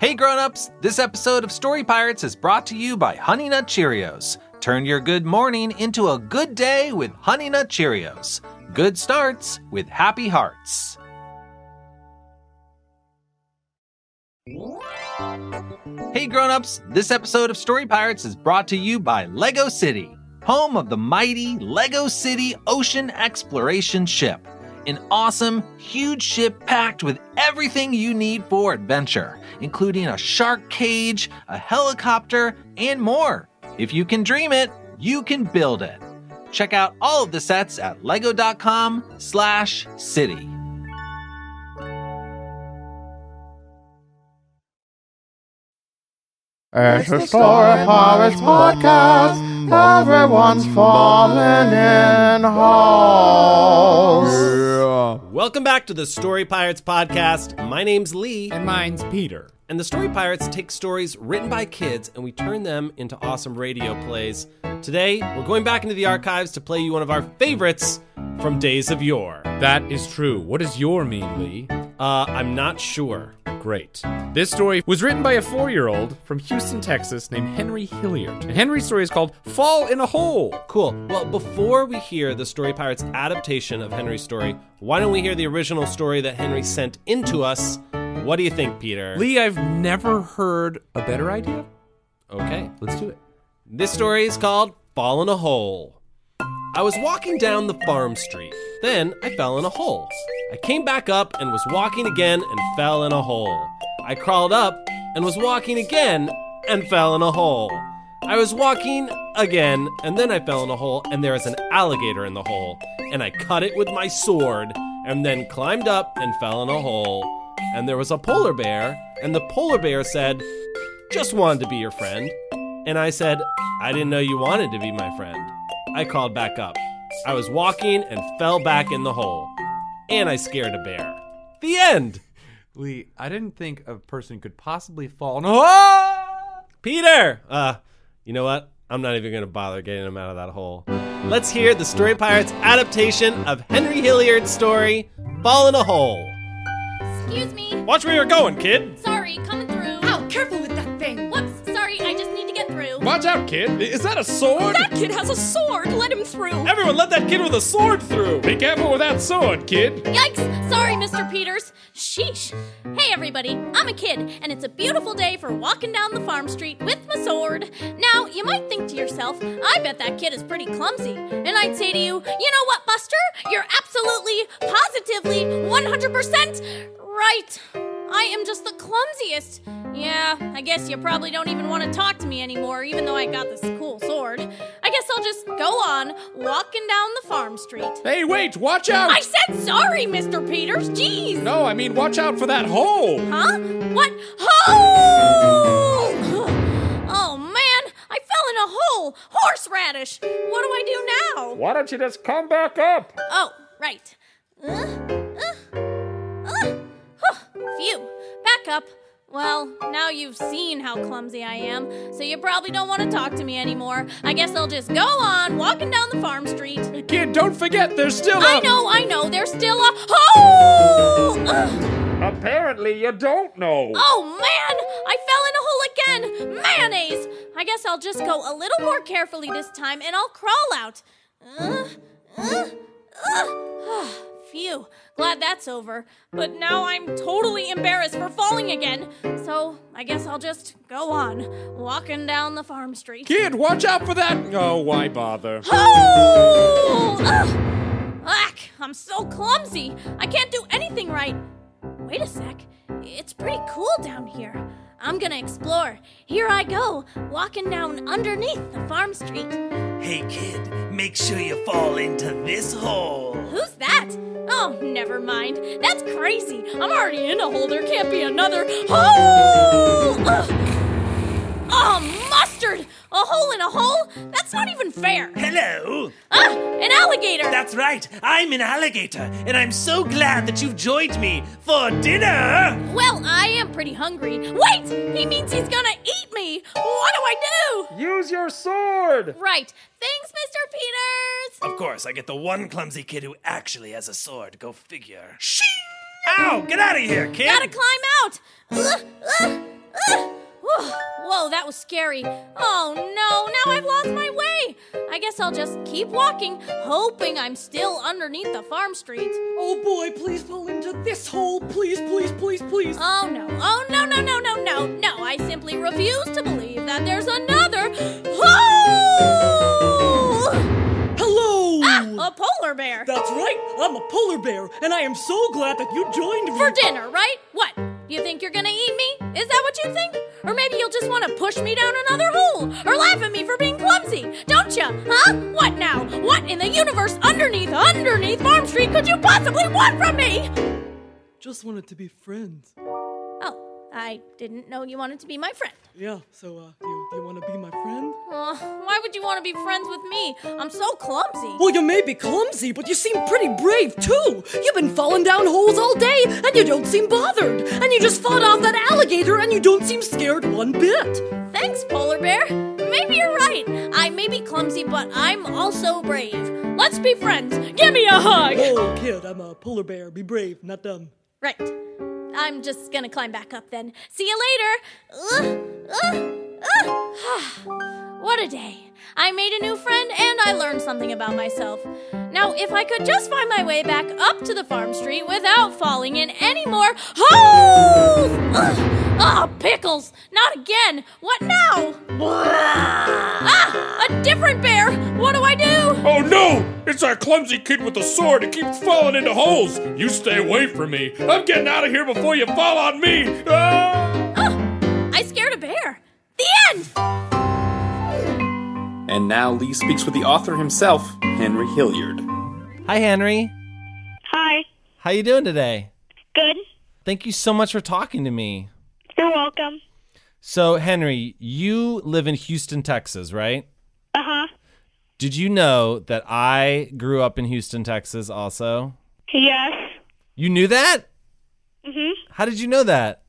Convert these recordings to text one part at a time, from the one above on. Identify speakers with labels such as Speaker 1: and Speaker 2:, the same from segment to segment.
Speaker 1: Hey grown-ups, this episode of Story Pirates is brought to you by Honey Nut Cheerios. Turn your good morning into a good day with Honey Nut Cheerios. Good starts with happy hearts. Hey grown-ups, this episode of Story Pirates is brought to you by Lego City, home of the mighty Lego City Ocean Exploration Ship an awesome, huge ship packed with everything you need for adventure, including a shark cage, a helicopter, and more. If you can dream it, you can build it. Check out all of the sets at lego.com/city.
Speaker 2: It's the Story Pirates podcast. Everyone's falling in holes.
Speaker 3: Welcome back to the Story Pirates podcast. My name's Lee,
Speaker 4: And mine's Peter.
Speaker 3: and the Story Pirates take stories written by kids and we turn them into awesome radio plays. Today, we're going back into the archives to play you one of our favorites from days of yore.
Speaker 4: That is true. What does your mean, Lee?
Speaker 3: Uh, I'm not sure.
Speaker 4: Great. This story was written by a four year old from Houston, Texas, named Henry Hilliard. And Henry's story is called Fall in a Hole.
Speaker 3: Cool. Well, before we hear the Story Pirates adaptation of Henry's story, why don't we hear the original story that Henry sent in to us? What do you think, Peter?
Speaker 4: Lee, I've never heard a better idea.
Speaker 3: Okay.
Speaker 4: Let's do it.
Speaker 3: This story is called Fall in a Hole. I was walking down the farm street. Then I fell in a hole. I came back up and was walking again and fell in a hole. I crawled up and was walking again and fell in a hole. I was walking again and then I fell in a hole and there is an alligator in the hole and I cut it with my sword and then climbed up and fell in a hole and there was a polar bear and the polar bear said, "Just wanted to be your friend." And I said, I didn't know you wanted to be my friend. I called back up. I was walking and fell back in the hole. And I scared a bear. The end!
Speaker 5: Lee, I didn't think a person could possibly fall. No, Ah!
Speaker 3: Peter! Uh, you know what? I'm not even gonna bother getting him out of that hole. Let's hear the Story Pirates adaptation of Henry Hilliard's story, Fall in a Hole.
Speaker 6: Excuse me.
Speaker 3: Watch where you're going, kid!
Speaker 6: Sorry, coming through.
Speaker 7: Ow, Oh, careful with that thing.
Speaker 6: Whoops, sorry, I just need to get through.
Speaker 4: Watch out, kid. Is that a sword?
Speaker 6: That kid has a sword. Let him through.
Speaker 3: Everyone, let that kid with a sword through!
Speaker 4: Be careful with that sword, kid.
Speaker 6: Yikes! Sorry, Mr. Peters. Sheesh. Hey, everybody. I'm a kid, and it's a beautiful day for walking down the farm street with my sword. Now, you might think to yourself, I bet that kid is pretty clumsy. And I'd say to you, you know what, Buster? You're absolutely, positively, 100% right. I am just the clumsiest. Yeah, I guess you probably don't even want to talk to me anymore, even though I got this cool sword. I guess I'll just go on walking down the farm street.
Speaker 4: Hey, wait, watch out.
Speaker 6: I said sorry, Mr. Peters. Jeez.
Speaker 4: No, I mean, watch out for that hole.
Speaker 6: Huh? What? Hole! Oh man, I fell in a hole. Horseradish. What do I do now?
Speaker 4: Why don't you just come back up?
Speaker 6: Oh, right. Uh, uh, uh, huh, phew. Back up. Well, now you've seen how clumsy I am, so you probably don't want to talk to me anymore. I guess I'll just go on walking down the farm street.
Speaker 4: Hey, kid, don't forget, there's still
Speaker 6: I
Speaker 4: a.
Speaker 6: know, I know, there's still a hole! Ugh.
Speaker 4: Apparently, you don't know.
Speaker 6: Oh man! I fell in a hole again! Mayonnaise! I guess I'll just go a little more carefully this time and I'll crawl out. Uh, uh, uh. Phew, glad that's over. But now I'm totally embarrassed for falling again. So I guess I'll just go on, walking down the farm street.
Speaker 4: Kid, watch out for that. Oh, why bother?
Speaker 6: Hole! Ugh. Ack, I'm so clumsy. I can't do anything right. Wait a sec. It's pretty cool down here. I'm gonna explore. Here I go, walking down underneath the farm street.
Speaker 8: Hey kid, make sure you fall into this hole.
Speaker 6: Who's that? Oh, never mind. That's crazy. I'm already in a hole. There can't be another hole! Ugh. Oh, mustard! A hole in a hole? That's not even fair.
Speaker 8: Hello?
Speaker 6: Ah, an alligator!
Speaker 8: That's right, I'm an alligator, and I'm so glad that you've joined me for dinner!
Speaker 6: Well, I am pretty hungry. Wait! He means he's gonna eat me! What do I
Speaker 4: Use your sword.
Speaker 6: do? Right. Thanks, Mr. Peters!
Speaker 8: Of course, I get the one clumsy kid who actually has a sword, go figure.
Speaker 6: Shing!
Speaker 8: Ow! Get out of here, kid!
Speaker 6: Gotta climb out! Ugh, ugh, ugh. Whew. Whoa, that was scary. Oh no, now I've lost my way. I guess I'll just keep walking, hoping I'm still underneath the farm street.
Speaker 7: Oh boy, please fall into this hole. Please, please, please, please.
Speaker 6: Oh no, oh no, no, no, no, no, no. I simply refuse to believe that there's another hole!
Speaker 7: Hello!
Speaker 6: Ah, A polar bear!
Speaker 7: That's right, I'm a polar bear, and I am so glad that you joined me.
Speaker 6: For dinner, right? What? You think you're gonna eat me? Is that what you think? Or maybe you'll just wanna push me down another hole or laugh at me for being clumsy, don't ya? Huh? What now? What in the universe underneath, underneath Farm Street could you possibly want from me?
Speaker 7: Just wanted to be friends.
Speaker 6: Oh, I didn't know you wanted to be my friend.
Speaker 7: Yeah, so, uh, do you, do you want to be my friend?
Speaker 6: Uh, why would you wanna be friends with me? I'm so clumsy.
Speaker 7: Well, you may be clumsy, but you seem pretty brave, too. You've been falling down holes all day, and you don't seem bothered. And you just fought off that alligator, and you don't seem scared one bit.
Speaker 6: Thanks, Polar Bear. Maybe you're right. I may be clumsy, but I'm also brave. Let's be friends. Give me a hug!
Speaker 7: Oh, kid, I'm a polar bear. Be brave, not dumb.
Speaker 6: Right. I'm just gonna climb back up then. See you later. Ugh, ugh, ugh. what a day. I made a new friend and I learned something about myself. Now, if I could just find my way back up to the farm street without falling in any more holes! Ugh. Ah, pickles! Not again! What now? ah, a different bear! What do I do?
Speaker 9: Oh no! It's our clumsy kid with the sword who keeps falling into holes! You stay away from me! I'm getting out of here before you fall on me! Ah!
Speaker 6: Oh, I scared a bear. The end!
Speaker 10: And now Lee speaks with the author himself, Henry Hilliard.
Speaker 3: Hi, Henry.
Speaker 11: Hi.
Speaker 3: How you doing today?
Speaker 11: Good.
Speaker 3: Thank you so much for talking to me.
Speaker 11: You're welcome.
Speaker 3: So, Henry, you live in Houston, Texas, right?
Speaker 11: Uh huh.
Speaker 3: Did you know that I grew up in Houston, Texas also?
Speaker 11: Yes.
Speaker 3: You knew that?
Speaker 11: Mhm.
Speaker 3: How did you know that?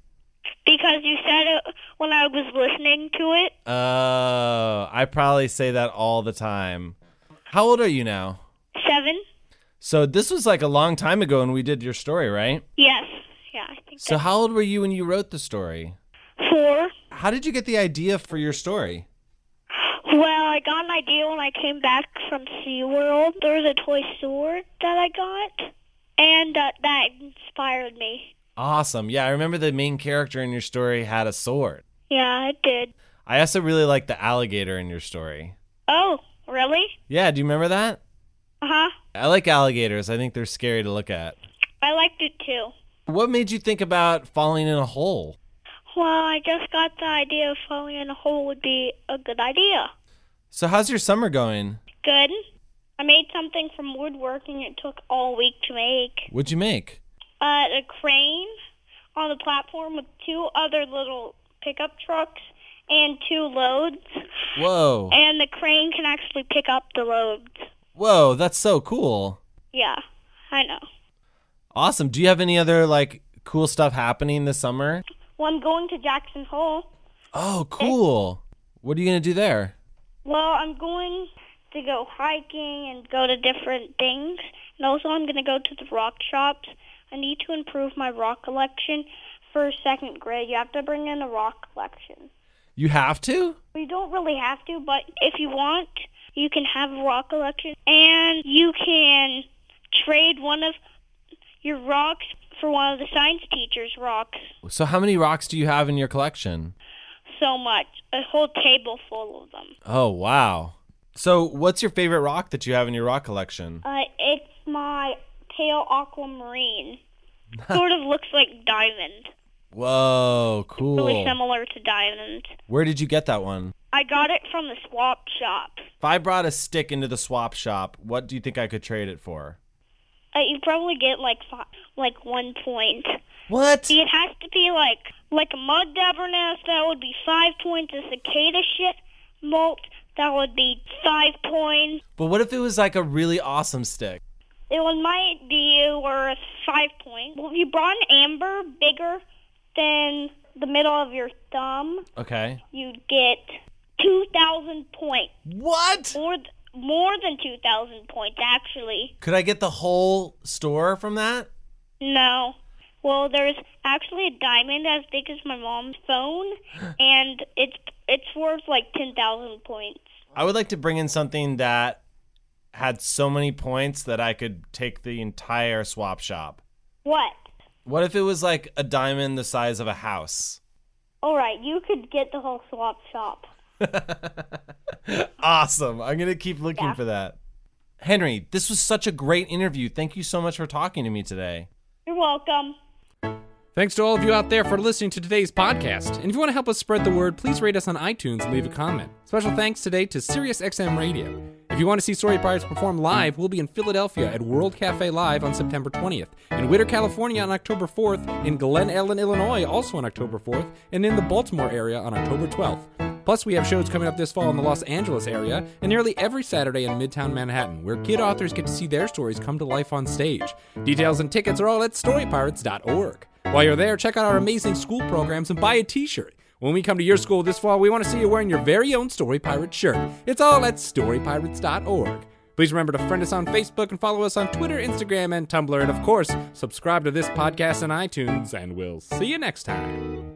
Speaker 11: Because you said it when I was listening to it.
Speaker 3: Oh, Uh, I probably say that all the time. How old are you now?
Speaker 11: Seven.
Speaker 3: So, this was like a long time ago when we did your story, right?
Speaker 11: Yes. Yeah, I think
Speaker 3: So, how old were you when you wrote the story?
Speaker 11: that's four.
Speaker 3: How did you get the idea for your story?
Speaker 11: Well, I got an idea when I came back from SeaWorld. There was a toy store that I got, and uh, that inspired me.
Speaker 3: Awesome. Yeah, I remember the main character in your story had a sword.
Speaker 11: Yeah, it did.
Speaker 3: I also really like the alligator in your story.
Speaker 11: Oh, really?
Speaker 3: Yeah, do you remember that?
Speaker 11: Uh huh.
Speaker 3: I like alligators. I think they're scary to look at.
Speaker 11: I liked it too.
Speaker 3: What made you think about falling in a hole?
Speaker 11: Well, I just got the idea of falling in a hole would be a good idea.
Speaker 3: So, how's your summer going?
Speaker 11: Good. I made something from woodworking. It took all week to make.
Speaker 3: What'd you make?
Speaker 11: Uh, a crane on the platform with two other little pickup trucks and two loads.
Speaker 3: Whoa.
Speaker 11: And the crane can actually pick up the loads.
Speaker 3: Whoa, that's so cool.
Speaker 11: Yeah, I know.
Speaker 3: Awesome. Do you have any other like cool stuff happening this summer?
Speaker 11: Well, I'm going to Jackson Hole.
Speaker 3: Oh, cool. What are you going to do there?
Speaker 11: Well, I'm going to go hiking and go to different things. And also, I'm going to go to the rock shops. I need to improve my rock collection for second grade. You have to bring in a rock collection.
Speaker 3: You have to?
Speaker 11: You don't really have to, but if you want, you can have a rock collection and you can trade one of your rocks for one of the science teacher's rocks.
Speaker 3: So, how many rocks do you have in your collection?
Speaker 11: So much. A whole table full of them.
Speaker 3: Oh, wow. So, what's your favorite rock that you have in your rock collection?
Speaker 11: Uh, it's my pale aquamarine. sort of looks like diamond.
Speaker 3: Whoa,
Speaker 11: Really
Speaker 3: cool.
Speaker 11: similar to diamond.
Speaker 3: Where did you get that one?
Speaker 11: I got it from the swap shop.
Speaker 3: If I brought a stick into the swap shop, what do you think I could trade it for?
Speaker 11: Uh, you probably get like fi like one point.
Speaker 3: What?
Speaker 11: See, it has to be like like a mud dabber nest. That would be five points. A cicada shit molt. That would be five points.
Speaker 3: But what if it was like a really awesome stick?
Speaker 11: It was my DU worth five points. Well, if you brought an amber bigger than the middle of your thumb,
Speaker 3: Okay.
Speaker 11: you'd get two thousand points.
Speaker 3: What?
Speaker 11: More th- more than two thousand points, actually.
Speaker 3: Could I get the whole store from that?
Speaker 11: No, Well, there's actually a diamond as big as my mom's phone, and it's it's worth like ten thousand points.
Speaker 12: I would like to bring in something that had so many points that I could take the entire swap shop.
Speaker 11: What?
Speaker 12: What if it was like a diamond the size of a house?
Speaker 11: All right, you could get the whole swap shop.
Speaker 12: Awesome. I'm going to keep looking for that. Henry, this was such a great interview. Thank you so much for talking to me today.
Speaker 11: You're welcome.
Speaker 4: Thanks to all of you out there for listening to today's podcast. And if you want to help us spread the word, please rate us on iTunes and leave a comment. Special thanks today to SiriusXM Radio. If you want to see Story Pirates perform live, we'll be in Philadelphia at World Cafe Live on September 20th, in Witter, California on October 4th, in Glen Ellen, Illinois also on October 4th, and in the Baltimore area on October 12th. Plus, we have shows coming up this fall in the Los Angeles area and nearly every Saturday in Midtown Manhattan, where kid authors get to see their stories come to life on stage. Details and tickets are all at storypirates.org. While you're there, check out our amazing school programs and buy a t shirt. When we come to your school this fall, we want to see you wearing your very own Story Pirate shirt. It's all at storypirates.org. Please remember to friend us on Facebook and follow us on Twitter, Instagram, and Tumblr. And of course, subscribe to this podcast on iTunes, and we'll see you next time.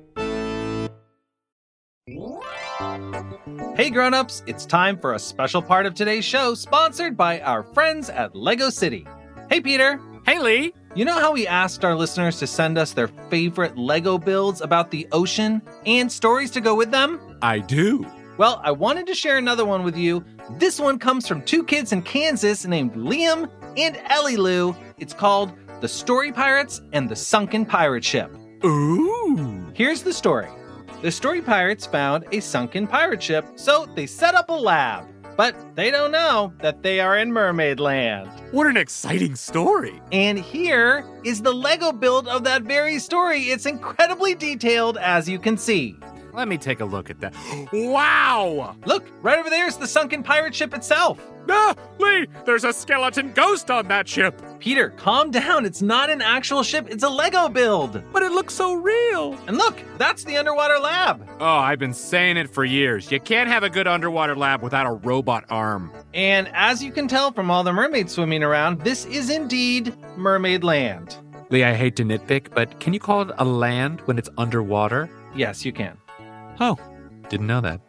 Speaker 1: Hey grown-ups, it's time for a special part of today's show sponsored by our friends at Lego City. Hey Peter.
Speaker 4: Hey Lee.
Speaker 1: You know how we asked our listeners to send us their favorite Lego builds about the ocean and stories to go with them?
Speaker 4: I do.
Speaker 1: Well, I wanted to share another one with you. This one comes from two kids in Kansas named Liam and Ellie Lou. It's called The Story Pirates and the Sunken Pirate Ship.
Speaker 4: Ooh.
Speaker 1: Here's the story The Story Pirates found a sunken pirate ship, so they set up a lab. But they don't know that they are in Mermaid Land.
Speaker 4: What an exciting story!
Speaker 1: And here is the Lego build of that very story. It's incredibly detailed, as you can see.
Speaker 4: Let me take a look at that. Wow!
Speaker 1: Look, right over there is the sunken pirate ship itself.
Speaker 4: Ah, Lee, there's a skeleton ghost on that ship.
Speaker 1: Peter, calm down. It's not an actual ship, it's a Lego build.
Speaker 4: But it looks so real.
Speaker 1: And look, that's the underwater lab.
Speaker 4: Oh, I've been saying it for years. You can't have a good underwater lab without a robot arm.
Speaker 1: And as you can tell from all the mermaids swimming around, this is indeed Mermaid Land.
Speaker 4: Lee, I hate to nitpick, but can you call it a land when it's underwater?
Speaker 1: Yes, you can.
Speaker 4: Oh, didn't know that.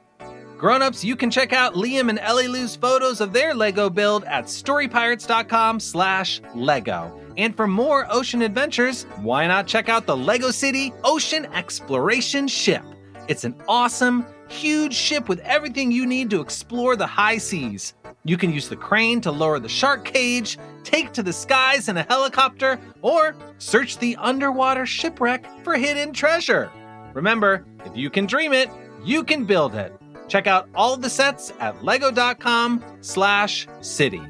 Speaker 1: Grown-ups, you can check out Liam and Ellie Lou's photos of their Lego build at storypirates.com slash Lego. And for more ocean adventures, why not check out the Lego City Ocean Exploration Ship? It's an awesome, huge ship with everything you need to explore the high seas. You can use the crane to lower the shark cage, take to the skies in a helicopter, or search the underwater shipwreck for hidden treasure. Remember, if you can dream it, you can build it. Check out all of the sets at lego.com slash city.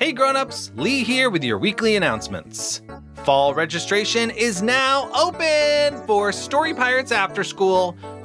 Speaker 1: Hey grown-ups, Lee here with your weekly announcements. Fall registration is now open for Story Pirates After School,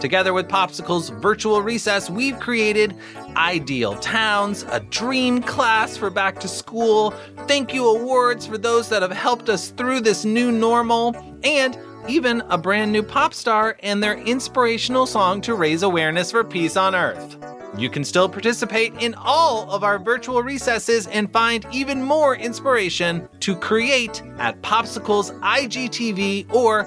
Speaker 1: Together with Popsicle's virtual recess, we've created Ideal Towns, a dream class for back to school, thank you awards for those that have helped us through this new normal, and even a brand new pop star and their inspirational song to raise awareness for peace on Earth. You can still participate in all of our virtual recesses and find even more inspiration to create at Popsicle's IGTV or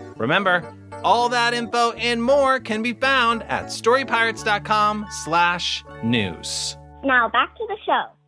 Speaker 1: Remember, all that info and more can be found at storypirates.com slash news.
Speaker 13: Now back to the show.